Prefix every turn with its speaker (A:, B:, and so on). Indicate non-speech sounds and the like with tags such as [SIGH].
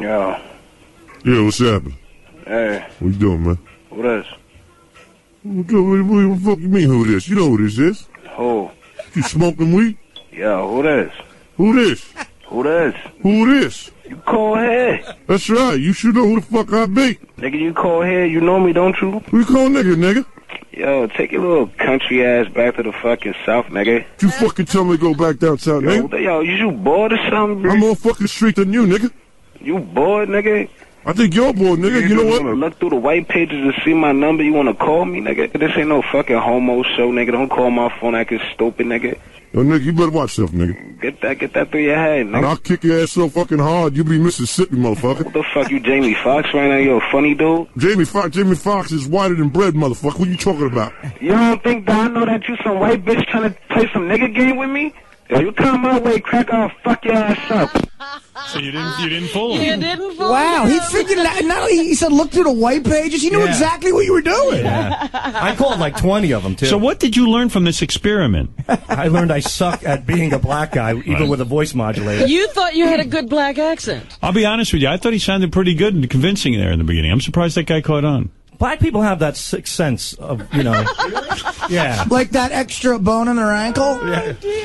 A: Yeah.
B: Yeah, what's happening?
A: Hey,
B: What you doing, man?
A: what is?
B: What, the- what, what the fuck you mean, who this? You know who this is.
A: Who?
B: You smoking weed?
A: Yeah, who this?
B: Who this?
A: Who this?
B: Who this?
A: You cold head.
B: That's right, you should know who the fuck I be.
A: Nigga, you cold head. You know me, don't you?
B: Who you call nigga, nigga?
A: Yo, take your little country ass back to the fucking south, nigga.
B: You fucking tell me to go back down south,
A: Yo,
B: nigga.
A: what- yo you, you bored or something, bro?
B: I'm more fucking street than you, nigga.
A: You bored, nigga?
B: I think you're bored, nigga. You know
A: just
B: what?
A: wanna Look through the white pages to see my number. You wanna call me, nigga? This ain't no fucking homo show, nigga. Don't call my phone acting stupid, nigga.
B: Yo, nigga, you better watch yourself, nigga.
A: Get that, get that through your head,
B: And
A: nigga.
B: I'll kick your ass so fucking hard, you be Mississippi, motherfucker.
A: What the fuck, you Jamie Foxx right now? You a funny dude?
B: Jamie Foxx, Jamie Foxx is whiter than bread, motherfucker. What you talking about?
A: You don't think that I know that you some white bitch trying to play some nigga game with me? If you come my way, crack, I'll fuck your ass up.
C: So you didn't you didn't fool
D: You
C: him.
D: didn't fool
E: Wow, he
D: him.
E: figured it out. Not only he said, look through the white pages, he knew
F: Yeah.
E: exactly what you were doing.
F: I called like 20 of them, too.
C: So what did you learn from this experiment?
F: I learned I suck at being a black guy, even
C: Right.
F: with a voice modulator.
D: You thought you had a good black accent.
C: I'll be honest with you. I thought he sounded pretty good and convincing there in the beginning. I'm surprised that guy caught on.
F: Black people have
C: [LAUGHS]
F: that sixth sense of, you know. yeah.
E: Like that extra bone in their ankle.